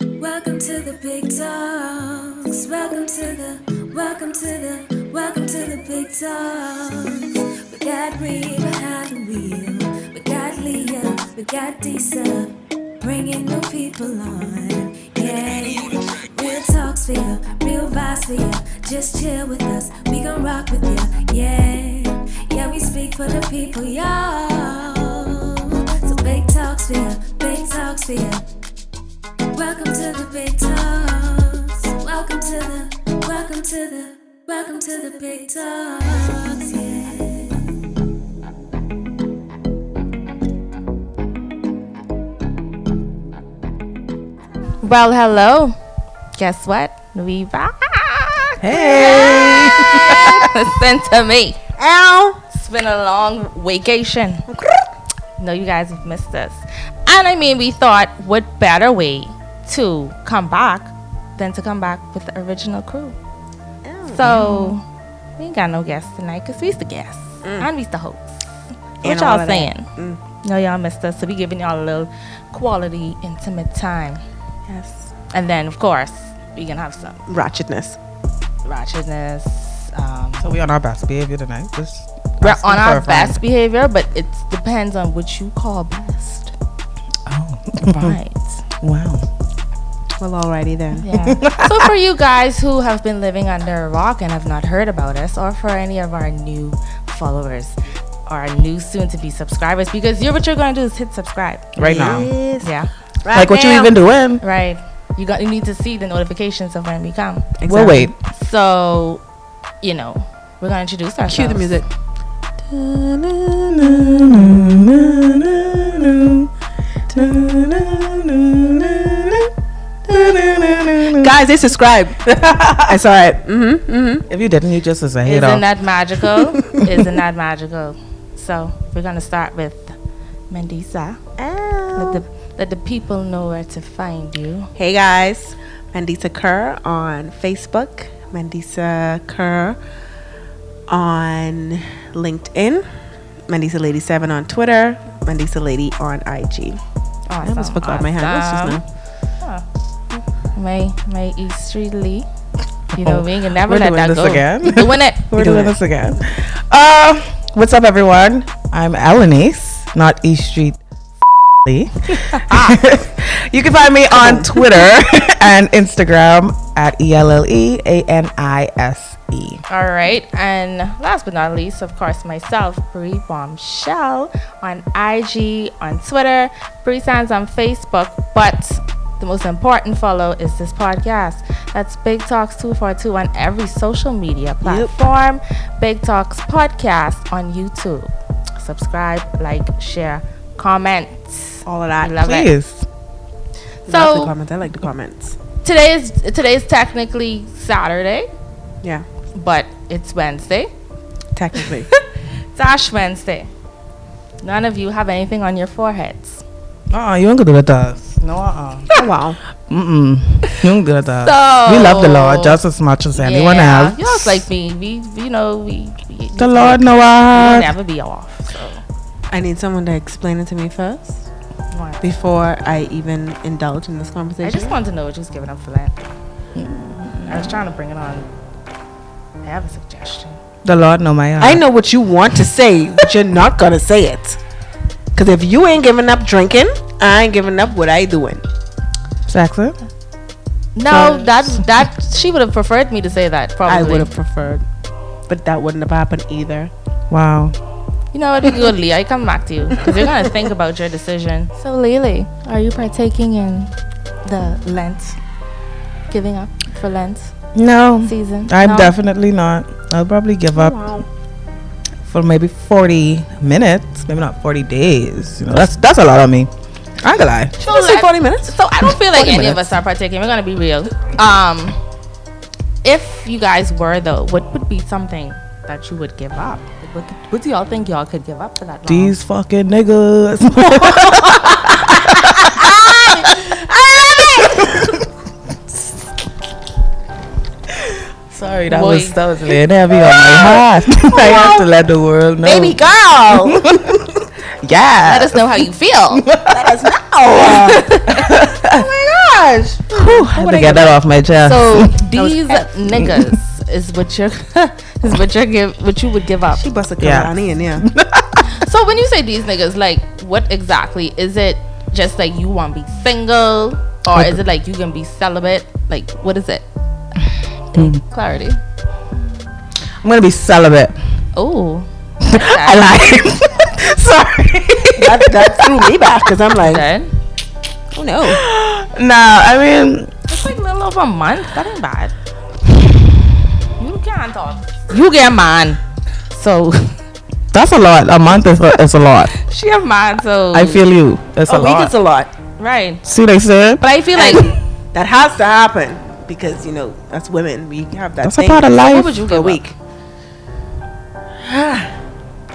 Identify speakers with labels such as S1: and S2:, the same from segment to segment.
S1: Welcome to the big dogs. Welcome to the, welcome to the, welcome to the big dogs. We got Reba behind the wheel. We got Leah, we got Disa. Bringing new people on. Yeah. Real talks for you, real vibes for you. Just chill with us. We gon' rock with you. Yeah. Yeah, we speak for the people, y'all. So big talks for you, big talks for you. Welcome to the big talks. Welcome to the, welcome to the, welcome to the big talks. Yeah.
S2: Well, hello. Guess what? We back.
S3: Hey!
S2: Listen to me.
S3: Ow!
S2: It's been a long vacation. No, you guys have missed us. And I mean, we thought, what better way to come back than to come back with the original crew? So, we ain't got no guests tonight because we's the guests and we's the hosts. What
S3: And all
S2: y'all
S3: of that.
S2: saying? No, y'all missed us. So, we giving y'all a little quality, intimate time.
S3: Yes.
S2: And then, of course, we going to have some
S3: Ratchetness.
S2: ratchetness. Um,
S4: So we on our best behavior tonight. Just
S2: we're
S4: asking
S2: on
S4: for
S2: our
S4: a friend.
S2: best behavior, but it depends on what you call best.
S4: Oh,
S2: Right.
S4: wow.
S3: Well, alrighty then.
S2: Yeah. so for you guys who have been living under a rock and have not heard about us, or for any of our new followers, or our new soon-to-be subscribers, because you're what you're going to do is hit subscribe.
S4: Right now.
S3: Yes.
S2: Yeah.
S4: like what you even doing?
S2: Right. You got. You need to see the notifications of when we come.
S4: Well, wait.
S2: So, you know, we're going to introduce ourselves.
S3: Cue the music. Guys, they subscribe. I saw it. Mm-hmm. Mm-hmm.
S4: If you didn't, you just was a hit
S2: Isn't
S4: off.
S2: that magical? Isn't that magical? So we're gonna start with Mendisa. Let the let the people know where to find you.
S3: Hey guys, Mandisa Kerr on Facebook, Mandisa Kerr on LinkedIn, Mandisa Lady Seven on Twitter, Mandisa Lady on IG.
S2: Awesome,
S3: I almost forgot my handles just now.
S2: My my Easterly. You know we ain't never
S4: Oh. We're
S2: let
S4: doing
S2: that
S4: this
S2: go.
S4: again?
S2: We doing it.
S4: We're
S3: doing
S4: doing
S3: it.
S4: this again. Uh, what's up, everyone? I'm Alanis, not East Street. Lee. you can find me on Twitter and Instagram at E L L E A N I S E.
S2: All right, and last but not least, of course, myself, Bree Bombshell, on IG, on Twitter, Bree Sands on Facebook. But the most important follow is this podcast. That's Big Talks 242 on every social media platform, Big Talks Podcast on YouTube. Subscribe, like, share, comment.
S3: All of
S2: I
S3: that.
S2: love it.
S4: Please.
S3: Love the
S2: So
S3: comments. I like the comments.
S2: today is today is technically Saturday,
S3: Yeah,
S2: but it's Wednesday.
S3: technically.
S2: Dash Wednesday. None of you have anything on your foreheads.
S4: Uh-uh, you ain't gonna do that to us. No, uh-uh.
S3: oh, wow.
S4: Mm-mm. You ain't good at that.
S2: So-
S4: we love the Lord just as much as anyone
S2: Yeah,
S4: else.
S2: You all like me. We, we- you know, we. we
S4: the Lord
S2: we
S4: know
S2: will
S4: what.
S2: never be off. So.
S3: I need someone to explain it to me first
S2: why?
S3: before I even indulge in this conversation.
S2: I just wanted to know what you was giving up for that. I was trying to bring it on. I have a suggestion.
S4: The Lord know my heart.
S3: I know what you want to say, but you're not gonna say it. Cause if you ain't giving up drinking, I ain't giving up what I doing.
S4: Jackson.
S2: No, that that she would have preferred me to say that. Probably.
S3: I would have preferred, but that wouldn't have happened either.
S4: Wow.
S2: You know what? We go, Lee. I come back to you because you're gonna think about your decision.
S5: So, Lily, are you partaking in the Lent, giving up for Lent
S4: No,
S5: season?
S4: I'm
S5: No?
S4: definitely not. I'll probably give up for maybe 40 minutes, maybe not 40 days. You know, that's that's a lot on me. I ain't gonna lie.
S2: So
S3: Just say
S2: I-
S3: forty minutes.
S2: So I don't feel like
S4: 40
S2: any of
S4: minutes.
S2: us are partaking. We're gonna be real. Um, if you guys were though, what would be something that you would give up? Like, What, could- what do y'all think y'all could give up for that? Long?
S4: These fucking niggas. Sorry, that
S2: Boy.
S4: was that was laying heavy on my heart. I have to let the world know.
S3: Baby girl,
S4: yeah.
S2: Let us know how you feel.
S3: let us know. oh my gosh.
S4: Whew, I had to get that off my chest.
S2: So these niggas is what you're is what you're give what you would give up.
S3: She busted
S4: Yeah.
S3: Kalani in there.
S2: So when you say these niggas, like what exactly is it? Just like you want to be single, or is it like you gonna be celibate? Like what is it? Clarity.
S4: I'm gonna be celibate.
S2: Oh,
S4: I lied. Sorry.
S3: that, that threw me back because I'm like,
S2: then
S3: oh no.
S4: no, I mean,
S2: it's like a little over a month. That ain't bad. You can't talk. You get a man, so
S4: that's a lot. A month is a, is a lot.
S2: she a man. So
S4: I feel you. It's
S3: A
S4: a
S3: week
S4: lot.
S3: is oh, a lot.
S2: right,
S4: See what I said?
S2: but I feel like
S3: That has to happen because you know that's women. We have that.
S4: That's a
S3: thing.
S4: part of life.
S2: what would you
S3: for a
S2: give up?
S3: week.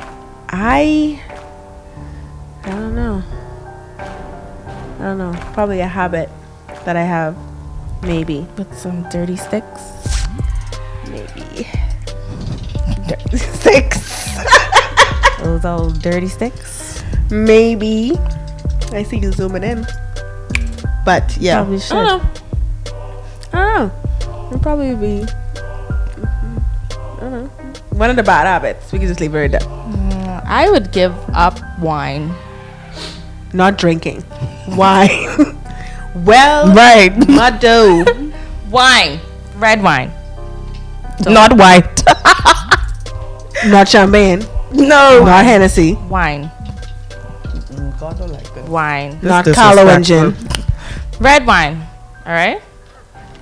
S3: I I don't know. I don't know. Probably a habit that I have. Maybe.
S2: with some dirty sticks?
S3: Maybe.
S4: Six.
S2: Those old dirty sticks.
S3: Maybe. I see you zooming in. But yeah.
S2: Probably should.
S3: I don't know. I
S4: Uh-huh.
S3: don't know. It'd probably be I don't know. One of the bad habits. We can just leave it at that.
S2: Uh, I would give up wine.
S3: Not drinking. Why? well,
S4: Right.
S3: my dough.
S2: Wine, red wine.
S4: Not white.
S3: Not champagne.
S4: no.
S3: Not Hennessy.
S2: Wine,
S4: God don't like that.
S2: wine,
S3: Not Carlo and Gin.
S2: red wine. All right.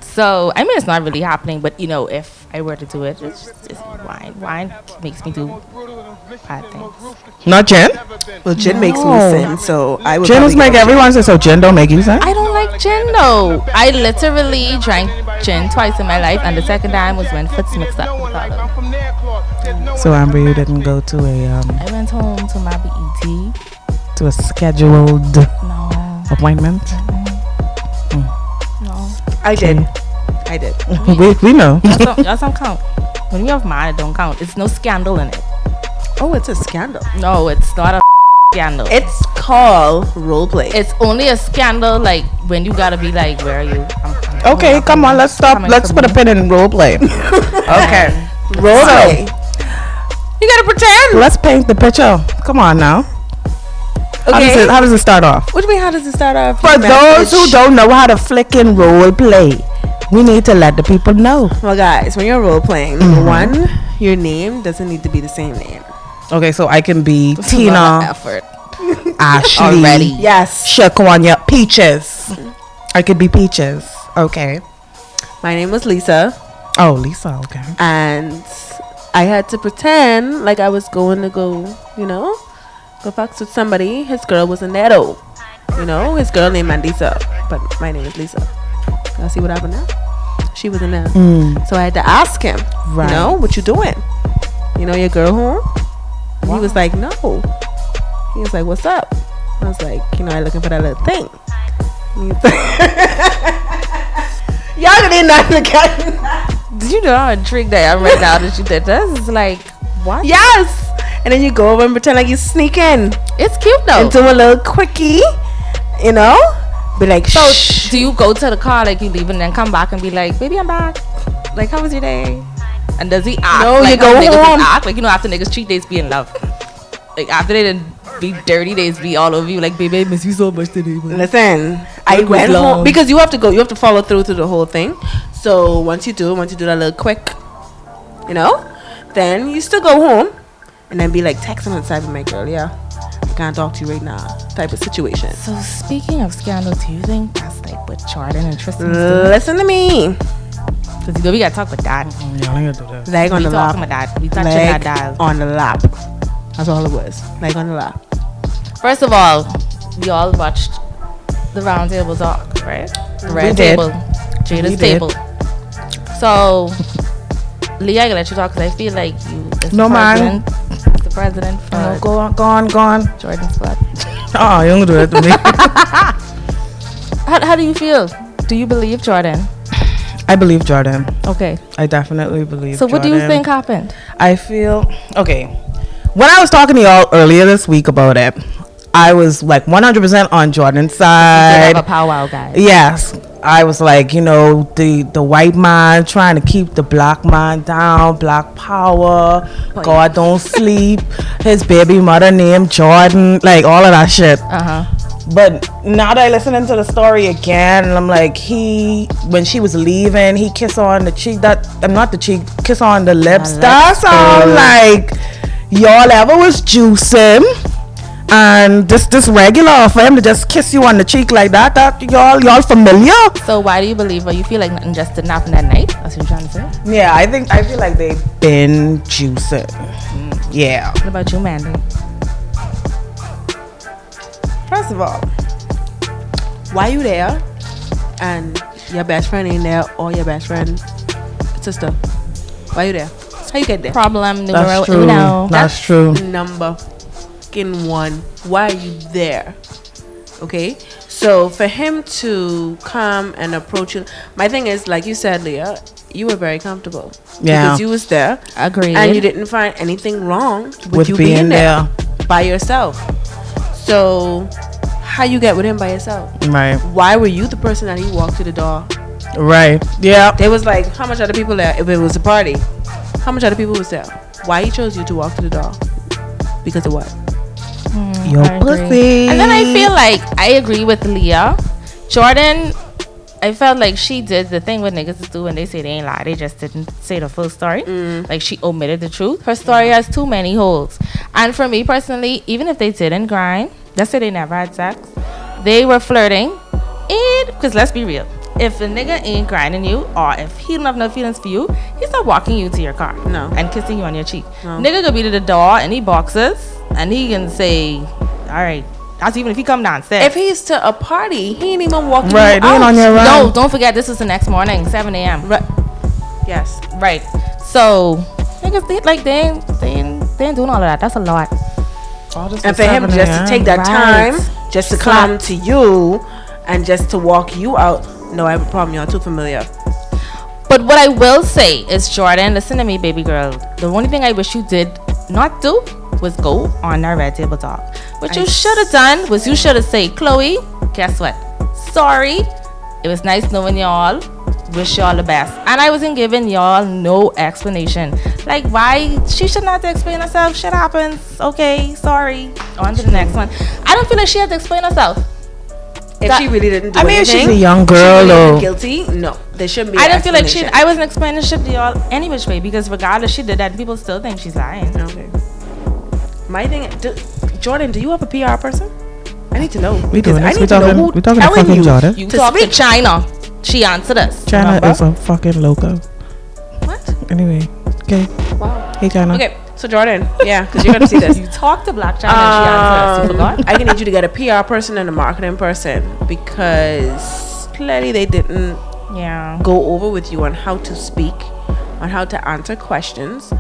S2: So I mean, it's not really happening, but you know, if I were to do it, it's just, it's wine. Wine makes me do bad things.
S4: Not gin.
S3: Well, gin makes me
S4: No.
S3: sin, so I would.
S4: Gin
S3: probably
S4: is make
S3: go-
S4: everyone say so. Gin don't make you sin.
S2: I don't like gin though. I literally drank gin twice in my life, and the second time was when Foots mixed up with Carlo.
S4: So Amber, you didn't go to a um
S2: I went home to my BET.
S4: to a scheduled
S2: No,
S4: appointment.
S2: no,
S3: I did.
S4: Mm.
S3: I did.
S4: we we know.
S2: that don't, that don't count. When you have mine, it don't count. It's no scandal in it.
S3: Oh, it's a scandal.
S2: No, it's not a scandal.
S3: It's called role play.
S2: it's only a scandal like when you gotta be like, where are you? I'm coming.
S4: Okay, come on. Let's stop.
S2: Coming
S4: Let's
S2: from
S4: put a
S2: me.
S4: pin in role play. okay.
S3: role play.
S2: You gotta pretend.
S4: Let's paint the picture. Come on now. How does
S3: Okay.
S4: it, how does it start off?
S3: What do you mean? How does it start off?
S4: For those who
S3: Message.
S4: don't know how to flicking role play, we need to let the people know.
S3: well, guys, when you're role playing,
S4: Mm-hmm.
S3: number one, your name doesn't need to be the same name.
S4: Okay, so I can be Tina,
S2: effort.
S4: Ashley,
S2: Already.
S3: Yes,
S4: Shakwanya, Peaches. I could be Peaches. Okay.
S3: my name was Lisa,
S4: Oh, Lisa. Okay.
S3: and I had to pretend like I was going to go, you know, go fucks with somebody. His girl was a netto. You know, his girl named Mandisa, but my name is Lisa. Y'all see what happened now? She was in there. So I had to ask him,
S4: Right.
S3: you know, what you doing? You know, your girl home? And He was like, no. He was like, what's up? I was like, you know, I looking for that little thing. And he's like- Y'all didn't know again.
S2: Did you know how intrigued I am right now that you did this? It's like, what?
S3: Yes. And then you go over and pretend like you sneak in
S2: It's cute though.
S3: and do a little quickie, you know? Be like,
S2: so
S3: shh.
S2: do you go to the car like you leave and then come back and be like, baby, I'm back. Like, how was your day? And does he act?
S3: No,
S2: like
S3: you go
S2: how niggas
S3: home.
S2: Is act like you know after niggas cheat, they just be in love. Like after they didn't be dirty, they just be all over you. Like, baby, I miss you so much today. but-
S3: Listen, I
S2: was
S3: went
S2: long.
S3: home because you have to go. You have to follow through to the whole thing. So once you do, once you do that little quick, you know, then you still go home and then be like texting on the side with my girl. Yeah, I can't talk to you right now. Type of situation.
S2: So speaking of scandal, do you think that's like what Jordan and
S3: Uh.
S2: Tristan do?
S3: Listen to me.
S2: Because you know we gotta talk about that.
S3: Leg on
S2: We
S3: the
S2: talking about
S3: lap.
S2: that. We touching that
S3: Leg
S2: dial.
S4: oh.
S3: on the lap. That's all it was. Leg on the lap.
S2: First of all, we all watched the round table talk, right? The red
S4: did.
S2: table. Jada's
S4: We did.
S2: table. So Leah, I gotta let you talk because I feel like you as
S4: No,
S2: the
S4: ma'am.
S2: president, as the president for
S4: Oh, go on, go on, go on.
S2: Jordan's squad.
S4: Oh, you don't do that to me.
S2: How, how do you feel? Do you believe Jordan?
S4: I believe Jordan.
S2: Okay.
S4: I definitely believe.
S2: So what do you
S4: Jordan.
S2: think happened?
S4: I feel okay. When I was talking to y'all earlier this week about it, I was like 100% on Jordan's
S2: Did
S4: side.
S2: have a powwow, guys.
S4: Yes. I was like, you know, the the white man trying to keep the black man down, black power, God don't sleep, his baby mother named Jordan, like all of that shit.
S2: Uh huh.
S4: But now that I listen into the story again, I'm like, he when she was leaving, he kissed her on the cheek. That I'm not the cheek, kiss her on the lips. That's all. Like, y'all ever was juicing, and this this regular for him to just kiss you on the cheek like that. That y'all y'all familiar?
S2: So why do you believe her? You feel like nothing just didn't happen that night? That's what you're trying to say. What
S4: Yeah, I think I feel like they've been juicing. Mm. Yeah.
S2: about you, Mandy?
S3: First of all, why you there? And your best friend ain't there, or your best friend sister. Why you there? How you get there?
S2: Problem numero
S4: That's true.
S2: uno.
S4: That's true.
S3: number fucking one. Why are you there? Okay. So for him to come and approach you, my thing is like you said, Leah, you were very comfortable
S4: Yeah.
S3: because you was there,
S2: Agreed.
S3: and you didn't find anything wrong with,
S4: With
S3: you being,
S4: being
S3: there, by yourself. So how you get with him by yourself?
S4: Right.
S3: Why were you the person that he walked to the door?
S4: Right. Yeah.
S3: They was like, how much other people there? If it was a party, how much other people was there? Why he chose you to walk to the door? Because of what?
S4: Your
S2: I agree.
S4: pussy.
S2: And then I feel like I agree with Leah. Jordan, I felt like she did the thing what niggas do when they say they ain't lie. They just didn't say the full story. Like she omitted the truth. Her story has too many holes. And for me personally, even if they didn't grind, let's say they never had sex, they were flirting. And because let's be real. If a nigga ain't grinding you, or if he don't have no feelings for you, he's not walking you to your car
S3: No.
S2: and kissing you on your cheek. Nigga could be to the door and he boxes and he can say, "All right." That's even if he come downstairs.
S3: If he's to a party, he ain't even walking
S4: Right,
S3: you
S4: he ain't
S3: out.
S4: on your run.
S2: no, don't forget this is the next morning, 7 a.m.
S3: Right. Yes.
S2: Right. So niggas they, like they ain't, they ain't they ain't doing all of that. That's a lot.
S3: And for him just to take that
S2: Right.
S3: time, just to come to you, and just to walk you out. No, I have a problem. Y'all too familiar.
S2: But what I will say is, Jordan, listen to me, baby girl. The only thing I wish you did not do was go on our red table talk. What you should have done was you should have said, Chloe, guess what? Sorry. It was nice knowing y'all. Wish y'all the best. And I wasn't giving y'all no explanation. Like, why? She should not have to explain herself. Shit happens. Okay, sorry. On to the next one. I don't feel like she had to explain herself.
S3: If
S2: That-
S3: she really didn't do
S4: I mean,
S3: anything,
S4: she's a young
S3: she
S4: girl,
S3: really
S4: though.
S3: isn't guilty. No, there shouldn't be.
S2: I
S3: an
S2: didn't feel like she.
S3: explanation.
S2: I wasn't explaining shit to y'all any which way because regardless she did that, people still think she's lying.
S3: Okay. My thing, do, Jordan. Do you have a PR person? I need to know.
S4: We
S3: because
S4: doing
S3: I
S4: this.
S3: need
S4: We
S3: to know
S4: talking.
S3: who
S4: We talking to
S3: telling
S4: fucking
S3: you.
S4: Jordan.
S2: You
S3: To
S2: talk
S3: speak.
S2: to China. She answered us.
S4: China
S3: Remember?
S4: is a fucking loco.
S3: What?
S4: Anyway, okay.
S3: Wow.
S4: Hey, China.
S3: Okay, so Jordan, yeah, because you're gonna see this.
S2: You talk to Black China. she answered us. You
S3: Um,
S2: forgot.
S3: I need you to get a PR person and a marketing person because clearly they didn't
S2: Yeah.
S3: go over with you on how to speak, on how to answer questions,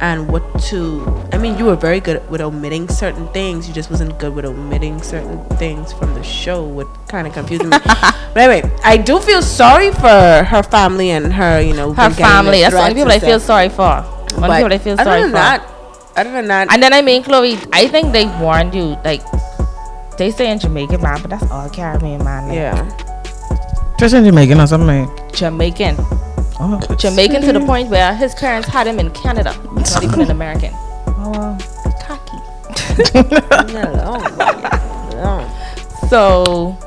S3: and what to. I mean, you were very good with omitting certain things. You just wasn't good with omitting certain things from the show, which kind of confused me. but anyway, I do feel sorry for her family and her, you know,
S2: Her
S3: been getting
S2: family. That's the only
S3: threats
S2: people I
S3: and
S2: feel
S3: stuff.
S2: sorry for. One
S3: But
S2: people I feel
S3: other
S2: sorry
S3: than
S2: for.
S3: that, other than that,
S2: And then I mean, Chloe, I think they warned you. Like they say in Jamaican man, but that's all Caribbean man. Like,
S3: yeah.
S4: Just in Jamaican or something. Like,
S2: Jamaican.
S4: oh,
S2: Jamaican to the point where his parents had him in Canada. Not even an American.
S3: Oh.
S2: So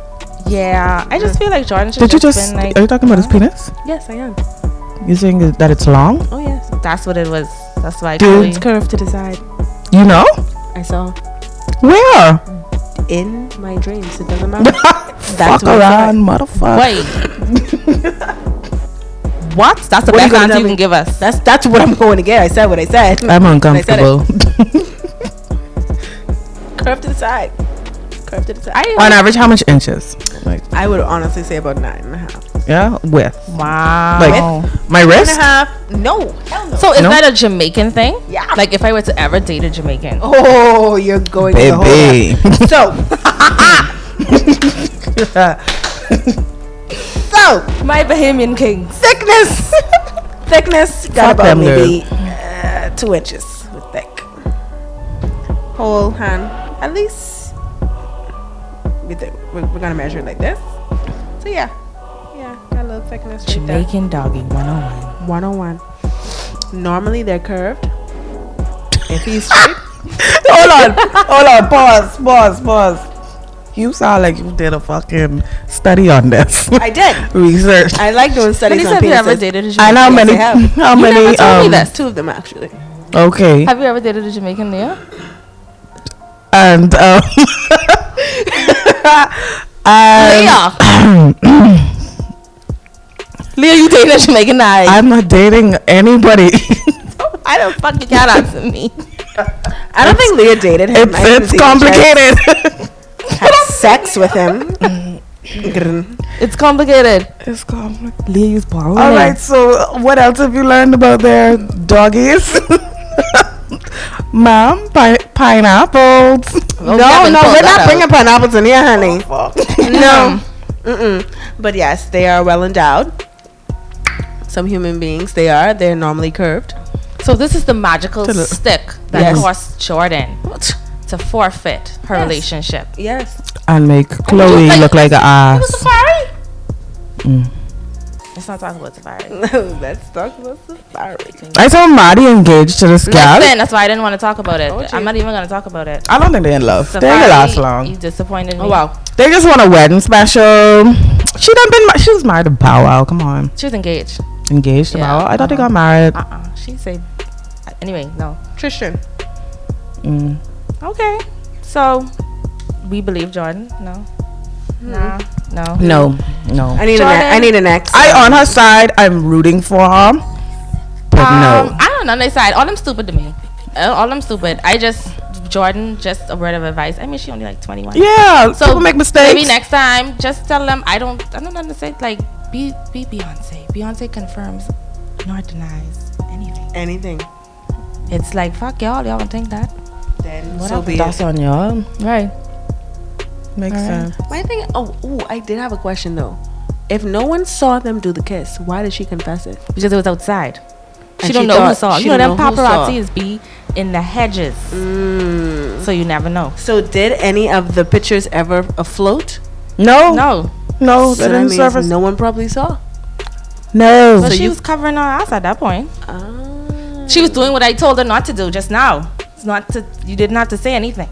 S2: yeah, I just feel like Jordan should
S4: Did you
S2: have
S4: just?
S2: been like
S4: Are you talking about his penis?
S3: Yes, I am.
S4: You saying that it's long?
S3: Oh yes.
S2: that's what it was. That's why
S4: Dude.
S2: Chloe.
S3: It's curved to the side.
S4: You know?
S3: I saw
S4: Where?
S3: in my dreams. It doesn't matter.
S4: Fuck
S3: what I-
S4: around, motherfucker.
S2: Wait. what? That's the
S3: What are you
S2: best
S3: gonna
S2: answer
S3: tell
S2: you
S3: me?
S2: can give us.
S3: That's that's what I'm going to get. I said what I said.
S4: I'm
S3: said it.
S4: uncomfortable.
S3: Curve to the side. Curve to the side. I,
S4: On average, how much inches? Like,
S3: I would honestly say about nine and a half.
S4: yeah, width.
S2: wow.
S3: Oh.
S4: Like my
S3: Nine and
S4: wrist.
S3: a half? No. Hell no.
S2: so is
S4: No?
S2: that a Jamaican thing?
S3: Yeah.
S2: Like if I were to ever date a Jamaican.
S3: Oh, you're going to the whole lot.
S4: Baby.
S3: So, so
S2: My Bahamian kings.
S3: thickness. thickness got
S4: Fuck
S3: about
S4: them,
S3: maybe uh, two inches with thick. Whole hand, at least. We think we're, we're gonna measure it like this. So yeah, Yeah, that little thickness right there.
S4: Jamaican doggy 101.
S3: 101. Normally they're curved. If he's straight,
S4: hold on, hold on, pause, pause, pause. You sound like you did a fucking study on this.
S3: I did.
S4: Research.
S3: I like doing studies on
S2: said you ever
S3: penises.
S2: dated a Jamaican.
S4: I know how
S3: Yes, I
S4: many.
S3: have.
S4: How
S2: You
S4: many?
S2: never told me
S4: um,
S2: that.
S3: Two of them actually.
S4: Okay.
S2: Have you ever dated a Jamaican, Leah?
S4: And um, and
S2: Leah. Leah, you dating a Jamaican? I
S4: I'm not dating anybody.
S2: I don't fucking got answer me.
S3: I don't think Leah dated him.
S4: it's
S3: I didn't
S4: it's
S3: think she had
S4: complicated.
S3: Had sex with him. Grr.
S2: It's complicated.
S4: it's complicated.
S2: Leah is balling.
S4: All right. So, what else have you learned about their doggies? Mom, pi- pineapples.
S2: Oh, we
S3: no,
S2: haven't
S3: no,
S2: pulled
S3: we're
S2: that
S3: not
S2: out.
S3: bringing pineapples in here, honey. no. Mm-mm. But yes, they are well endowed. Some human beings, they are. They're normally curved.
S2: So this is the magical
S4: To the-
S2: stick that
S3: Yes.
S2: caused Jordan to forfeit her relationship.
S3: Yes.
S4: And make Chloe
S2: like-
S4: look like an ass.
S2: Safari? Let's not talk about Safari.
S3: Let's talk about safari.
S4: I saw Maddie engaged to this guy.
S2: Listen, that's why I didn't want to talk about it.
S3: Oh, gee.
S2: I'm not even going to talk about it.
S4: I don't think they're in love. they ain't
S2: Safari,
S4: gonna last long.
S2: You disappointed me.
S3: Oh, wow.
S4: They just want a wedding special. She done been. ma- She was married to Bow Wow. Come on,
S2: She was engaged.
S4: engaged to
S2: Yeah.
S4: Bow Wow. I thought they got married.
S2: Uh-uh. She said. Anyway, no.
S3: Tristan.
S4: Mm.
S2: Okay. So we believe Jordan. No. Nah. No.
S4: No, no.
S3: I need an
S2: Jordan.
S3: I need an ex.
S4: I on her side. I'm rooting for her, but
S2: Um, I don't know. They side. All them stupid to me. Uh, All them stupid. I just Jordan. Just a word of advice. I mean, she only like 21.
S4: no. Yeah,
S2: So
S4: people make mistakes.
S2: Maybe next time, just tell them I don't. I don't understand. Like, be be Beyonce. Beyonce confirms, nor denies anything.
S3: anything.
S2: It's like fuck y'all. Y'all don't think that,
S3: Then so
S2: Whatever.
S3: be it.
S4: That's on y'all.
S2: right?
S4: Makes sense.
S3: My thing. Oh, ooh, I did have a question though. If no one saw them do the kiss, why did she confess it?
S2: Because it was outside. She
S3: And
S2: don't
S3: she
S2: know who
S3: thought-
S2: saw.
S3: she
S2: You know them
S3: don't know who saw.
S2: paparazzi is be in the hedges,
S3: Mm.
S2: so you never know.
S3: So did any of the pictures ever afloat?
S4: No, no,
S2: No,
S3: so
S4: no. Oh, They
S3: that
S4: didn't
S3: means
S4: surface.
S3: no one probably saw.
S4: No.
S2: but
S3: So
S2: she
S3: you-
S2: was covering her ass at that point.
S3: Ah,
S2: She was doing what I told her not to do just now. It's not to. You did not to say anything.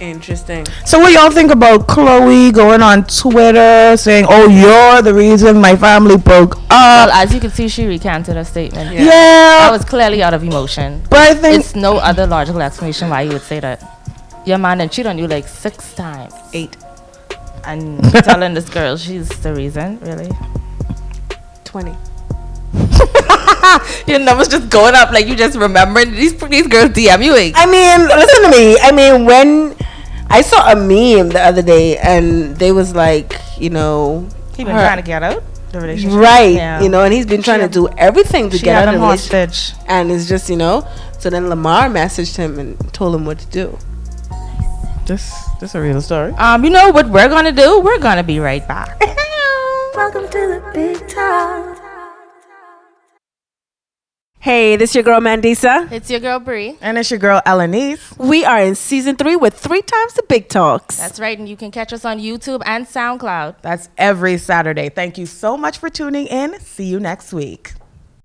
S3: interesting.
S4: So what y'all think about Chloe going on Twitter saying, "Oh, you're the reason my family broke
S2: Well,
S4: up"?
S2: as you can see, she recanted her statement.
S3: Yeah.
S4: Yeah,
S2: That was clearly out of emotion.
S4: but I think
S2: It's no other logical explanation why you would say that. Your man then cheat on you like six times,
S3: Eight.
S2: and telling this girl she's the reason. Really,
S3: 20.
S2: your numbers just going up like you just remembering these these girls DM you.
S3: I mean, listen to me. I mean, when I saw a meme the other day and they was like, you know,
S2: He been
S3: her-
S2: trying to get out the relationship.
S3: right,
S2: Yeah.
S3: you know, and he's been trying to do everything to
S2: she
S3: get
S2: had
S3: out
S2: him
S3: of it.
S2: hostage.
S3: And it's just, you know, so then Lamar messaged him and told him what to do.
S4: this this is a real story.
S2: Um, you know what we're gonna do? We're gonna be right back.
S1: Welcome to the big talk.
S3: Hey, this your girl Mandisa.
S5: It's your girl Bree.
S4: And it's your girl Elanise.
S3: We are in season three with three times the big talks.
S5: That's right, and you can catch us on YouTube and SoundCloud.
S4: That's every Saturday. Thank you so much for tuning in. See you next week.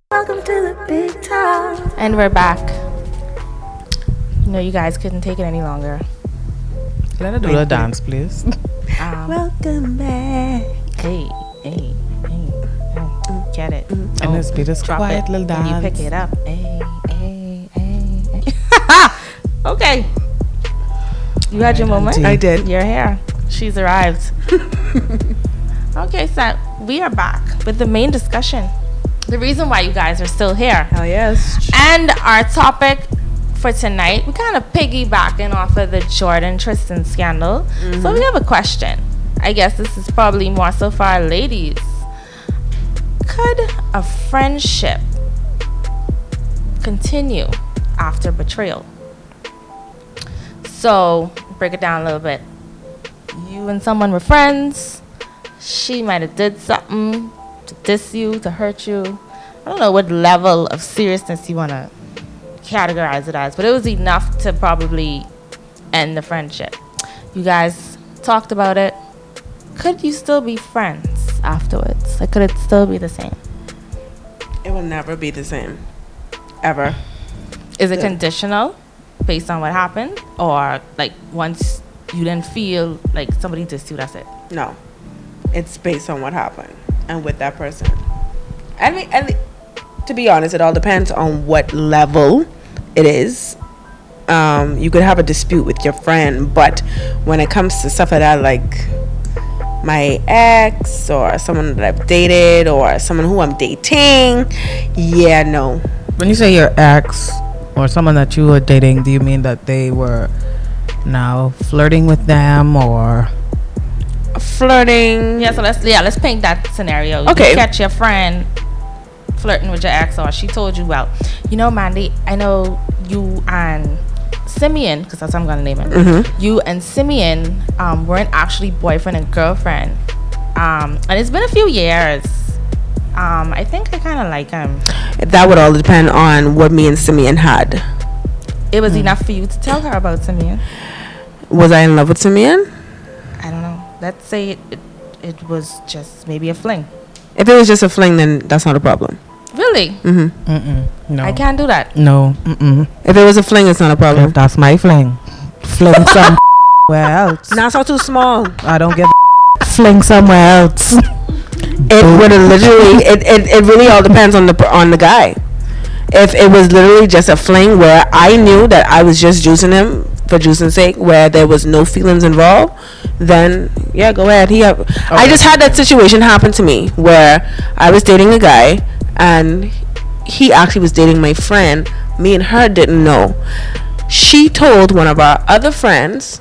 S1: Welcome to the big talk.
S5: And we're back. No, you guys couldn't take it any longer.
S4: Let her do the dance, please.
S3: Welcome back.
S5: Hey, hey, hey. hey. Get it.
S4: And let's be this
S5: Drop
S4: Mm, quiet
S5: it,
S4: little
S5: and
S4: dance.
S5: You pick it up. Hey, hey, hey, hey.
S2: okay, you had your moment.
S4: I
S3: did.
S2: Your hair. She's arrived. okay, so we are back with the main discussion. The reason why you guys are still here.
S3: Hell yes.
S2: And our topic for tonight, we're kind of piggybacking off of the Jordan Tristan scandal. So we have a question. I guess this is probably more so for our ladies. Could a friendship continue after betrayal? So break it down a little bit. You and someone were friends. She might have did something to diss you, to hurt you. I don't know what level of seriousness you want to categorize it as, but it was enough to probably end the friendship. You guys talked about it. Could you still be friends afterwards? Like, could it still be the same?
S3: It will never be the same. Ever.
S2: Is it conditional based on what happened, or like once you didn't feel like somebody dissed you, that's it?
S3: No. It's based on what happened and with that person. I mean, at le- to be honest, it all depends on what level it is. Um, you could have a dispute with your friend, but when it comes to stuff like that, like my ex or someone that I've dated or someone who I'm dating, yeah, no.
S4: When you say your ex or someone that you were dating, do you mean that they were now flirting with them or
S3: Flirting,
S2: Yeah. So let's yeah let's paint that scenario. You
S3: Okay.
S2: catch your friend flirting with your ex, or she told you, well, you know, Mandy, I know you and Simeon, because that's how I'm gonna name him. You and Simeon um, weren't actually boyfriend and girlfriend, um, and it's been a few years. Um, I think I kind of like him.
S3: that would all depend on what me and Simeon had.
S2: It was enough for you to tell her about Simeon.
S3: Was I in love with Simeon?
S2: I don't know. Let's say it, it, it was just maybe a fling.
S3: If it was just a fling, then that's not a problem.
S2: Really?
S4: mm-mm, no?
S2: I can't do that.
S4: No, mm-mm.
S3: If it was a fling, it's not a problem.
S4: If that's my fling, fling somewhere else.
S3: Not so too small.
S4: I don't give a fling somewhere else.
S3: It would have literally. It, it, it really all depends on the per- on the guy. If it was literally just a fling where I knew that I was just juicing him for juicing sake, where there was no feelings involved, then yeah, go ahead. He. Have, I just had that situation happen to me where I was dating a guy and he actually was dating my friend. Me and her didn't know. She told one of our other friends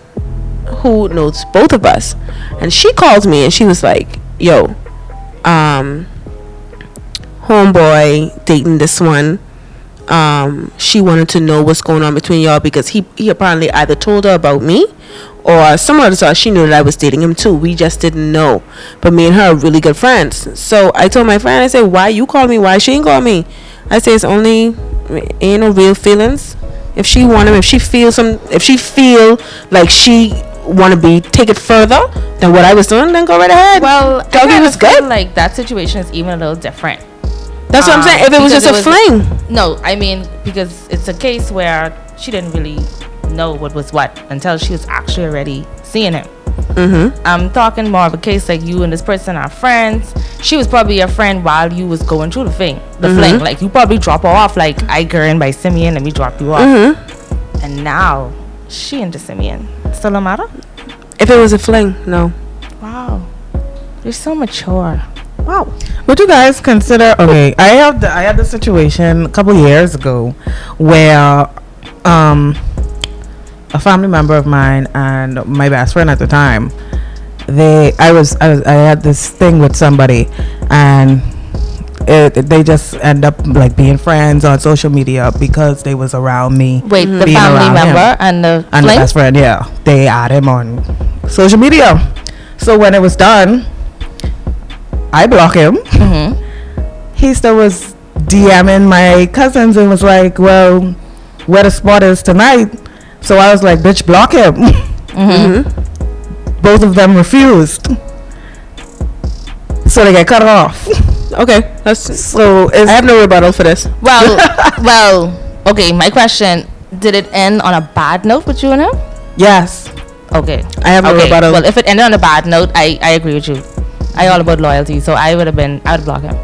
S3: who knows both of us. And she called me and she was like, yo, um, homeboy dating this one. Um, she wanted to know what's going on between y'all because he, he apparently either told her about me or someone else thought she knew that I was dating him too. We just didn't know. But me and her are really good friends. So I told my friend, I said, why you call me? Why she ain't call me? I say it's only ain't no real feelings. If she want him, if she feel some, if she feel like she want to be take it further than what I was doing, then go right ahead.
S2: Well, I
S3: Doggy
S2: kinda
S3: was
S2: feel
S3: good.
S2: Like that situation is even a little different.
S3: That's what I'm
S2: Um,
S3: saying. If Ah, it was
S2: because
S3: just a fling,
S2: No, I mean because it's a case where she didn't really know what was what until she was actually already seeing him. Mm-hmm. I'm talking more of a case like you and this person are friends. She was probably your friend while you was going through the thing, the
S3: Mm-hmm.
S2: fling. Like you probably drop her off, like I girl by Simeon, let me drop you off.
S3: Mm-hmm.
S2: And now she into Simeon. Still a matter?
S3: if it was a fling, no.
S2: Wow, you're so mature.
S3: Wow.
S4: Would you guys consider? Okay, I have the, I had the situation a couple years ago where um, a family member of mine and my best friend at the time, they I was I, was, I had this thing with somebody, and it, they just end up like being friends on social media because they was around me
S2: Wait,
S3: Mm-hmm.
S2: the
S4: Being
S2: family
S4: around him.
S2: member and the fling?
S4: and the best friend. Yeah, they add him on social media. So when it was done, I block him.
S2: Mm-hmm.
S4: He still was DMing my cousins and was like, "Well, where the spot is tonight?" So I was like, "Bitch, block him."
S2: Mm-hmm.
S3: Mm-hmm.
S4: Both of them refused. So they get cut off.
S3: Mm-hmm. Okay. That's.
S4: So it's
S3: I have no rebuttal for this.
S2: Well, well, okay. My question: Did it end on a bad note with you and him?
S4: yes.
S2: Okay.
S3: I have no
S2: okay.
S3: rebuttal.
S2: Well, if it ended on a bad note, I, I agree with you. I all about loyalty, so I would have been I would block him.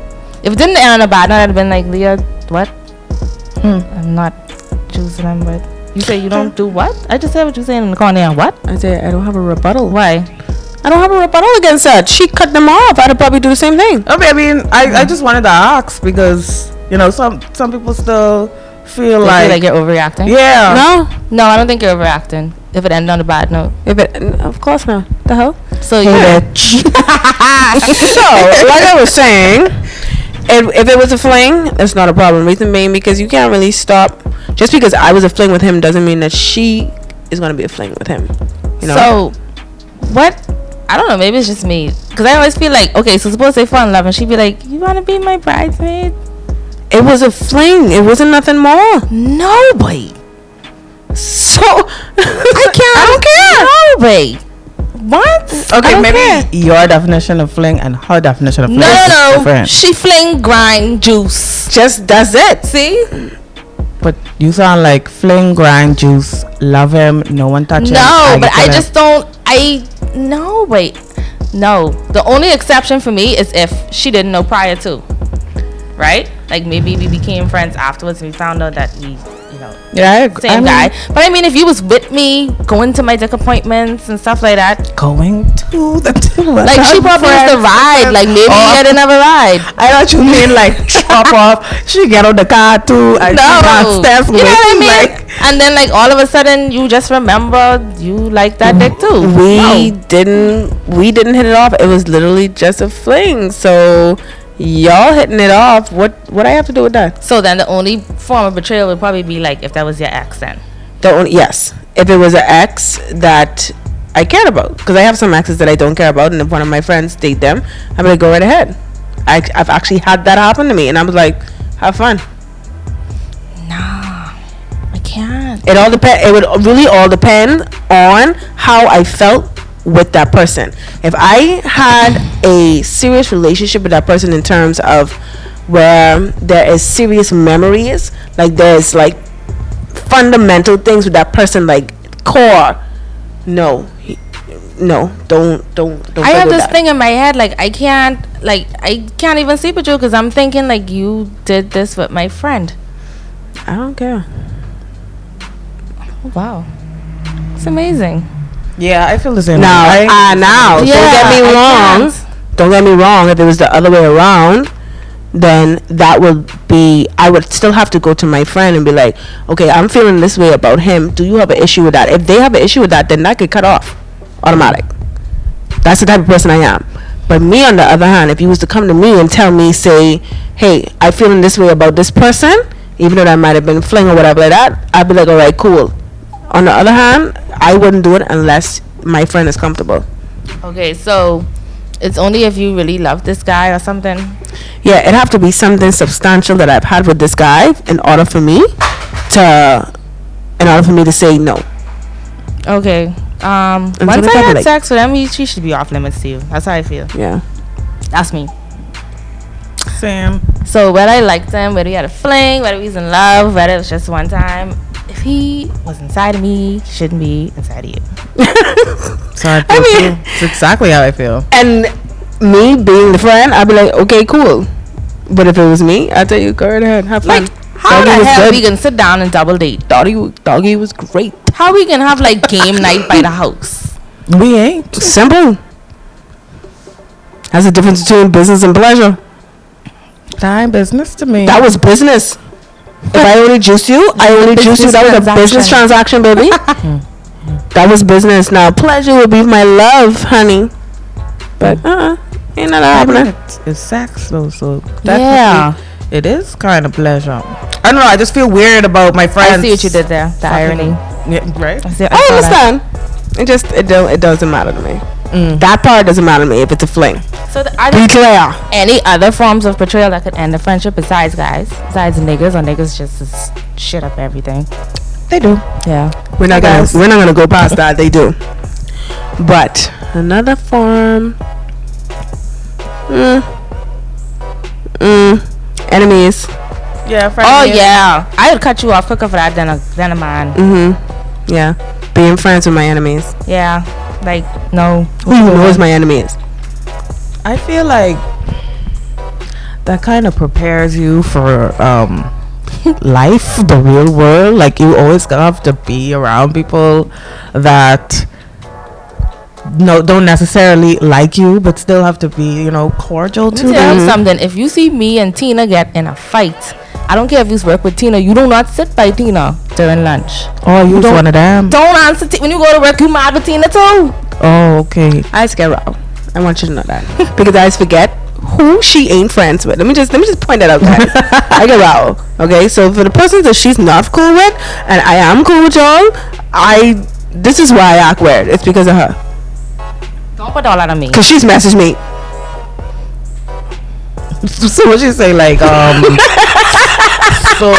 S2: If it didn't end on a bad note, I'd have been like Leah, what? I'm not choosing him, but you say you don't do what? I just said what you saying in the corner. What?
S3: I say I don't have a rebuttal.
S2: Why?
S3: I don't have a rebuttal against that. She cut them off. I'd probably do the same thing.
S4: I mean, I, mean I, I just wanted to ask because you know some some people still feel
S2: You
S4: like,
S2: feel like you're overreacting?
S4: yeah
S3: No.
S2: No, I don't think you're overreacting. If it ended on a bad note,
S3: If it, n- of course not. The hell.
S2: so you
S3: so, like I was saying, if, if it was a fling, it's not a problem. Reason being because you can't really stop. Just because I was a fling with him doesn't mean that she is gonna be a fling with him. You know.
S2: So, what? I don't know. Maybe it's just me, cause I always feel like okay. So suppose they fall in love, and she'd be like, "You wanna be my bridesmaid?"
S3: it was a fling. It wasn't nothing more.
S2: Nobody.
S3: So I can't. I don't care.
S2: Nobody. What? I
S4: Okay,
S2: don't
S4: maybe
S2: care.
S4: your definition of fling and her definition of fling
S2: No, no,
S4: is
S2: no.
S4: different.
S2: She fling grind juice.
S4: Just that's it.
S2: See?
S4: But you sound like fling, grind, juice, love him, no one touch him.
S2: No,
S4: you
S2: but I
S4: couldn't-
S2: just don't. I no wait, no. The only exception for me is if she didn't know prior to, right? Like maybe we became friends afterwards and we found out that we, you know,
S4: yeah, I ag-
S2: same
S4: I mean,
S2: guy. But I mean, if you was with me going to my dick appointments and stuff like that,
S4: Going to the
S2: like she probably was the ride. Like maybe
S4: Oh.
S2: yet another ride.
S4: I thought you mean like chop off. She get on the car too. And
S2: No,
S4: she downstairs
S2: you know what I
S4: waiting,
S2: mean.
S4: Like
S2: and then like all of a sudden you just remember you like that dick too.
S3: we
S2: No.
S3: didn't we didn't hit it off it was literally just a fling so y'all hitting it off what what i have to do with that
S2: So then the only form of betrayal would probably be like if that was your ex then.
S3: the only yes if it was an ex that i cared about because i have some exes that i don't care about and if one of my friends date them i'm like go right ahead I, i've actually had that happen to me and i was like have fun
S2: I can't.
S3: It all depend. It would really all depend on how I felt with that person. If I had a serious relationship with that person in terms of where there is serious memories, like there's like fundamental things with that person, like core. No, He- no, don't, don't, don't.
S2: I
S3: play
S2: have
S3: with
S2: this
S3: that.
S2: thing in my head like I can't like I can't even sleep with you because I'm thinking like you did this with my friend.
S3: I don't care.
S2: Oh, wow, it's amazing.
S4: yeah, I feel the same.
S3: Now,
S4: way.
S3: ah, now, don't get me
S2: I
S3: wrong.
S2: can't.
S3: don't get me wrong if it was the other way around then that would be i would still have to go to my friend and be like okay i'm feeling this way about him do you have an issue with that if they have an issue with that then that could cut off automatic that's the type of person i am but me on the other hand if you was to come to me and tell me say hey i feeling this way about this person even though that might have been fling or whatever like that i'd be like all right cool on the other hand i wouldn't do it unless my friend is comfortable
S2: Okay, so it's only if you really love this guy or something.
S3: yeah, it'd have to be something substantial that I've had with this guy in order for me to, in order for me to say no.
S2: Okay. Um,
S3: so
S2: once
S3: they
S2: I
S3: probably
S2: had
S3: like-
S2: sex with him, he, she should be off limits to you. That's how I feel.
S3: Yeah.
S2: That's me.
S4: Same.
S2: So whether I liked him, whether we had a fling, whether we was in love, whether it was just one time, if he was inside of me, he shouldn't be inside of you.
S4: So I, feel
S3: mean-
S4: too. It's exactly how I feel.
S3: And me being the friend, I'd be like, okay, cool. But if it was me, I'd tell you, go right ahead, have fun.
S2: Like, how
S3: doggy
S2: the
S3: was
S2: hell
S3: good.
S2: we can sit down and double date?
S3: Doggy, doggy was great.
S2: How we can have like game night by the house?
S4: We ain't.
S3: Simple. That's the difference between business and pleasure.
S4: Time business to me.
S3: That was business. If I only juice you, I only juice you. That was a business transaction, baby. that was business. Now pleasure would be my love, honey. But uh, uh ain't that happening?
S4: It's, it's sex though, so
S2: Yeah.
S4: technically it is kind of pleasure. I don't know. I just feel weird about my friends.
S2: I see what you did there. The irony.
S4: Yeah, right?
S2: I, see, I
S3: I
S2: saw that.
S3: understand. It just it don't it doesn't matter to me. That part doesn't matter to me if it's a fling.
S2: So th- are there
S3: Betrayal.
S2: any other forms of betrayal that could end a friendship besides guys, besides niggas, or niggas just is shit up everything?
S4: They do.
S2: Yeah.
S3: We're not gonna
S4: guys.
S3: we're not gonna go past that. They do. But another form. Mm. Mm. Enemies.
S4: Yeah,
S2: Oh
S4: friends.
S2: yeah, I would cut you off quicker for that than a than a man.
S3: Mm-hmm. Yeah. Being friends with my enemies.
S2: Yeah, like no.
S3: Who you know is my enemies?
S4: I feel like that kind of prepares you for um life, the real world. Like you always gonna have to be around people that no don't necessarily like you, but still have to be you know cordial to.
S2: Let me
S3: Mm-hmm.
S2: tell you something. If you see me and Tina get in a fight, I don't care if you work with Tina. You do not sit by Tina during lunch.
S4: Oh, you one of them.
S2: Don't answer Ti- when you go to work. You mad with Tina too?
S4: Oh, okay.
S3: I get raw. I want you to know that because I forget who she ain't friends with. Let me just let me just point that out, guys. I get raw. Okay, so for the persons that she's not cool with, and I am cool with y'all, I this is why I act weird. It's because of her.
S2: Don't put all that on me.
S3: Cause she's messaged me.
S4: So what you say, like um, So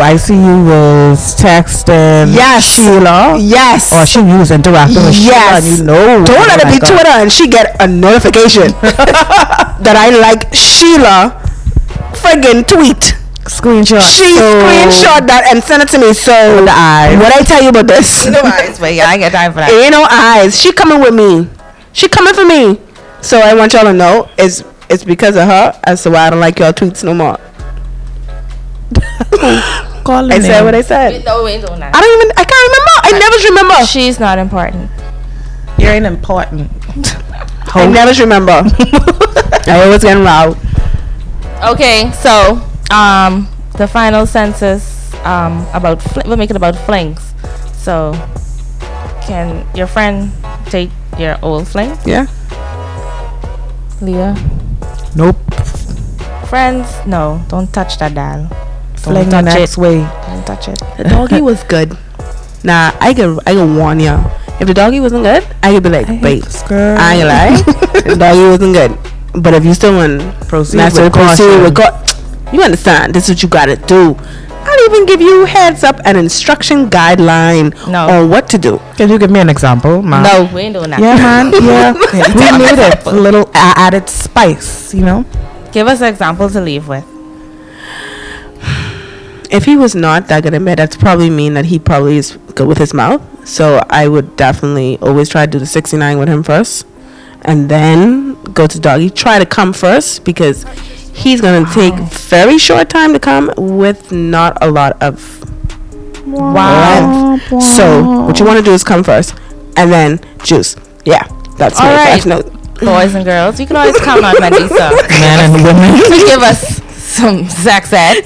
S4: I see you was texting
S3: Yes.
S4: Sheila.
S3: Yes.
S4: Or she was interacting with
S3: Yes.
S4: Sheila. You know.
S3: Don't let
S4: Oh
S3: it
S4: my
S3: be
S4: God.
S3: Twitter and she get a notification that I like Sheila friggin' tweet.
S4: Screenshot.
S3: She screenshot that and sent it to me. So
S4: eyes.
S3: what I tell you about this?
S4: No eyes, but yeah, I ain't got time for that.
S3: Ain't no eyes. She coming with me. She coming for me. So I want y'all to know it's it's because of her as to why I don't like y'all tweets no more.
S4: Call
S3: I
S4: her
S3: said
S4: name.
S3: what I said.
S2: No, we ain't doing that.
S3: I don't even I can't remember. I never just remember.
S2: She's not important.
S4: You ain't important.
S3: I never just remember. I always get loud.
S2: Okay, so um, the final census um, about fl- we'll make it about flings. So, can your friend date your old fling,
S3: Yeah.
S2: Leah?
S4: Nope.
S2: Friends, no, don't touch that dial.
S4: Fling the next way.
S2: Don't touch it.
S3: The doggy was good. Nah, I could I could warn you. If the doggy wasn't good, I could be like, wait,
S4: This girl.
S3: I ain't lie. the doggy wasn't good. But if you still want
S4: Proceed
S3: that's
S4: with
S3: what proceed
S4: caution.
S3: with cau- you understand, this is what you gotta do. I'll even give you heads up an instruction guideline
S2: No.
S3: on what to do.
S4: Can you give me an example, ma'am?
S2: No, we ain't doing that.
S4: Yeah, man. Yeah. we need it. A little a- added spice, you know?
S2: Give us an example to leave with.
S3: If he was not that good at bed, that's probably mean that he probably is good with his mouth. So I would definitely always try to do the 69 with him first and then go to doggy. Try to come first because he's going to take very short time to come with not a lot of
S2: Wow.
S3: length. So what you want to do is come first and then juice. Yeah, that's
S2: All
S3: my
S2: right.
S3: exact note.
S2: Boys and girls, you can always come on Mandisa
S4: Man and women.
S2: to give us some sex ed.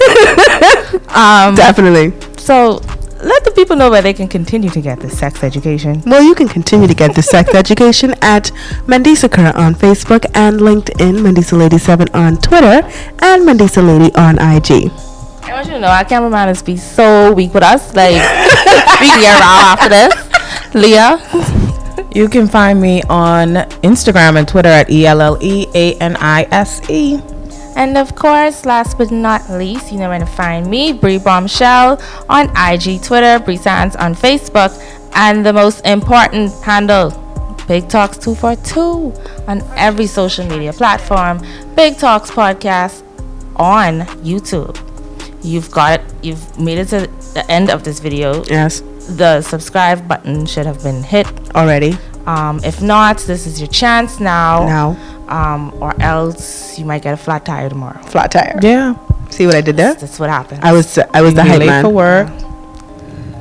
S2: Um,
S3: Definitely.
S2: so let the people know where they can continue to get this sex education.
S3: Well, you can continue to get the sex education at Mandisa Kerr on Facebook and LinkedIn, Mandisa Lady Seven on Twitter, and Mandisa Lady on IG.
S2: I want you to know our cameraman is be so weak with us. Like we can get raw after this. Leah,
S4: You can find me on Instagram and Twitter at E L L E A N I S E.
S2: and of course, last but not least, you know where to find me, Bree Bombshell on IG, Twitter, Bree Sands on Facebook, and the most important handle, Big Talks Two Four Two on every social media platform. Big Talks Podcast on YouTube. You've got it. You've made it to the end of this video.
S3: Yes,
S2: The subscribe button should have been hit
S3: already.
S2: Um, if not, this is your chance
S3: Oh.
S2: now.
S3: Now,
S2: Um, or else you might get a flat tire tomorrow.
S3: flat tire.
S4: Yeah.
S3: See what I did there?
S2: That's what happened.
S3: I was I was the
S4: You're
S3: hype
S4: late for
S3: man,
S4: work.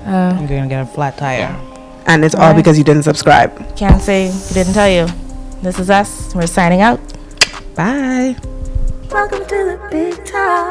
S2: Uh,
S4: You're gonna get a flat tire.
S3: and it's all because you didn't subscribe.
S2: Can't say we didn't tell you. This is us. We're signing out.
S4: Bye.
S1: Welcome to the big talk.